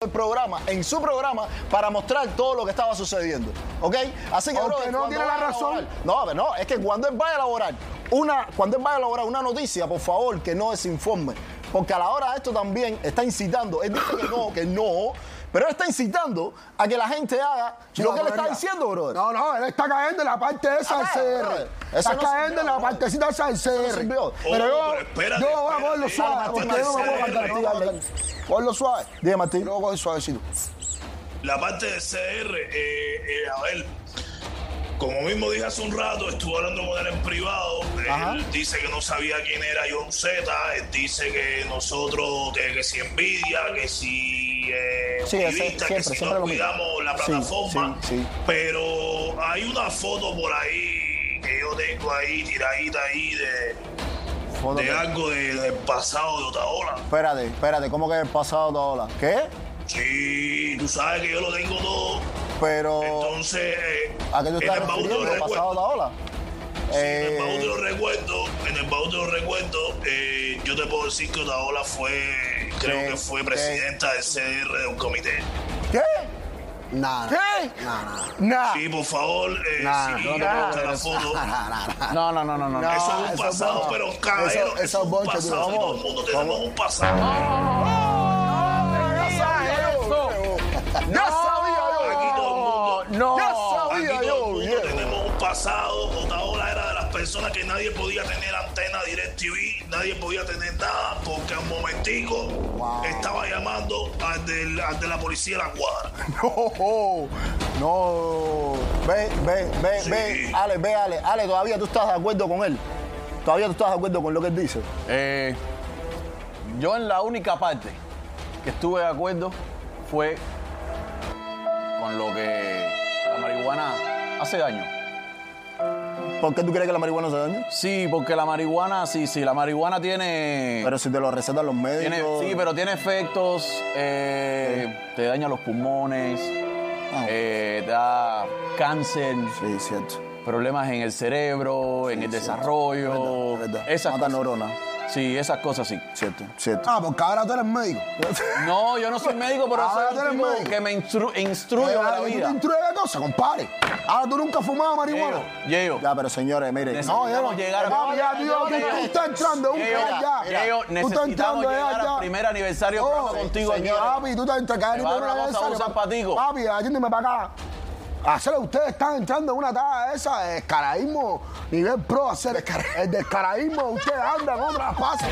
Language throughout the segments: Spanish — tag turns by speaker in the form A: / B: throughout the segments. A: el programa, en su programa, para mostrar todo lo que estaba sucediendo. ¿Ok? Así que,
B: Aunque
A: brother,
B: no
A: cuando
B: tiene la
A: vaya a
B: razón.
A: elaborar- no, pero no, es que cuando él vaya a elaborar una, cuando él vaya a elaborar una noticia, por favor, que no desinforme. Porque a la hora de esto también está incitando. Él dice que no, que no. Pero él está incitando a que la gente haga lo que él está diciendo, brother.
B: No, no, él está cayendo en la parte de esa
A: Ah,
B: CR.
A: brother, eso
B: Está
A: no
B: cayendo en la
A: sirvió,
B: partecita de esa CR.
A: sirvió.
B: Pero
C: Oh,
B: yo,
C: pero espérate,
B: yo voy a cogerlo
C: espérate.
B: suave.
A: Martín,
B: Porque yo no me puedo
C: Martín,
B: cantar.
A: Martín,
B: no me puedo
A: Martín.
B: cantar. Cogerlo suave.
A: Dime, Martín.
B: Yo voy a coger suavecito.
C: La parte de CR, eh, eh, a ver, como mismo dije hace un rato, estuve hablando con él en privado. Él dice que no sabía quién era John Z. Él dice que nosotros, que, que si envidia, que si. Eh,
A: Sí, ese-
C: activista,
A: siempre,
C: que si
A: siempre
C: no
A: lo mismo.
C: cuidamos la
A: Sí,
C: plataforma.
A: sí, sí.
C: Pero hay una foto por ahí que yo tengo ahí, tiradita ahí, de,
A: Foto
C: de
A: que-
C: algo de- del pasado de Otaola.
A: Espérate, espérate, ¿cómo que el pasado toda hora? ¿Qué?
C: Sí, tú sabes que yo lo tengo todo.
A: Pero.
C: Entonces, eh,
A: ¿A qué tú
C: en
A: estás
C: el baúl de
A: refiriendo?
C: los
A: ¿El pasado
C: recuerdos,
A: toda hora?
C: sí, en el
A: Eh,
C: baúl de los recuerdos, en el baúl de los recuerdos, eh, yo te puedo decir que Otaola fue, creo
A: Sí,
C: que fue
A: sí.
C: presidenta del CR de un comité.
A: ¿Qué?
B: Nada.
A: ¿Qué?
B: Nada.
A: Nah.
C: Sí, por favor, eh,
B: Nah,
C: sí,
B: no te
C: hasta
B: puedo
C: la foto.
A: No, no, no, no, no.
C: Eso es un
B: eso es
C: pasado,
B: boncho.
C: pero
B: Eso-
C: caballero,
B: eso
C: eso,
B: es
C: es un
B: boncho, tú,
C: pasado.
B: vamos,
C: todo el mundo tenemos un pasado.
A: Ya sabía yo. Ya sabía
C: Aquí
A: yo.
C: todo el mundo.
A: No. Ya
C: Aquí
A: sabía
C: todo el
A: yo,
C: mundo
A: viejo.
C: tenemos un pasado. Otaola era de las personas que nadie podía tener antena DirecTV, nadie podía tener nada, porque al momentico estaba llamando al, del- al de la policía de la cuadra.
A: No. No. Ve, ve, ve,
C: Sí.
A: ve. Ale, ve, Ale. Ale, todavía tú estás de acuerdo con él. Todavía tú estás de acuerdo con lo que él dice.
D: Eh, yo en la única parte que estuve de acuerdo fue con lo que la marihuana hace daño.
A: ¿Por qué tú crees que la marihuana se daña?
D: Sí, porque la marihuana, sí, sí, la marihuana tiene...
A: Pero si te lo recetan los médicos.
D: tiene- sí, pero tiene efectos, eh, te daña los pulmones,
A: Ah.
D: eh, da cáncer,
A: Sí, cierto.
D: problemas en el cerebro, en
A: Sí,
D: el
A: cierto.
D: desarrollo,
A: Es verdad, es verdad.
D: esas
A: Mata
D: cosas.
A: neuronas.
D: Sí, esas cosas sí.
A: Cierto, cierto.
B: Ah, porque ahora tú eres médico.
D: No, yo no soy médico, pero
B: Ah, Ahora
D: soy
B: tú
D: un
B: eres
D: tipo
B: médico.
D: que me instru- instruyo de la
B: ¿Tú te
D: vida.
B: intrudes de cosas, compadre? Ahora tú nunca has fumado
D: Llego,
B: marihuana.
D: llego.
A: Ya, pero señores, miren.
D: Necesitamos
B: Diego,
D: llegar a...
B: papi, ya tú- ya tú- tú estás entrando a un
D: Diego,
B: plan ya.
D: Diego,
B: Tú estás
D: necesitamos
B: entrando ya,
D: llegar
B: ya.
D: al primer aniversario del
B: Oh,
D: programa contigo aquí.
B: Papi, tú estás entrando.
D: Te va a dar una cosa, usa zapatico.
B: Papi, ayúdeme para acá. Hacerlo, ustedes están entrando en una taza de esa de descaraísmo, nivel pro, hacer el descaraísmo, ustedes andan, otras pasan.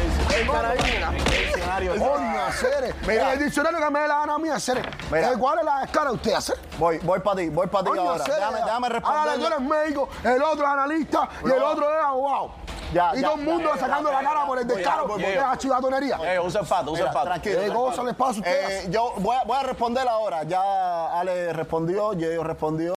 D: Escenario.
B: Coño, hacer.
A: Mira.
B: El diccionario que me dé la gana a mí hacer.
A: Mira.
B: Eh, ¿Cuál es la escala de usted hacer?
A: Voy, voy para ti, voy para ti
B: Coño,
A: ahora.
B: hacer.
A: Déjame, déjame
B: Ahora tú
A: responder.
B: eres médico, el otro es analista y el
A: No.
B: otro es abogado.
A: Ya,
B: y
A: ya,
B: todo el
A: ya,
B: mundo
A: ya,
B: sacando
A: ya,
B: la cara
A: ya,
B: por el
A: ya,
B: descaro,
A: voy,
B: por
A: voy,
B: esa chivatonería.
D: Eh, usa el pato, usa
A: Mira,
D: el pato.
A: tranquilo.
B: ¿Qué
A: tranquilo.
B: cosa les pasa a ustedes?
A: Eh, yo voy a, voy a responder ahora. Ya Ale respondió, Yeyo respondió.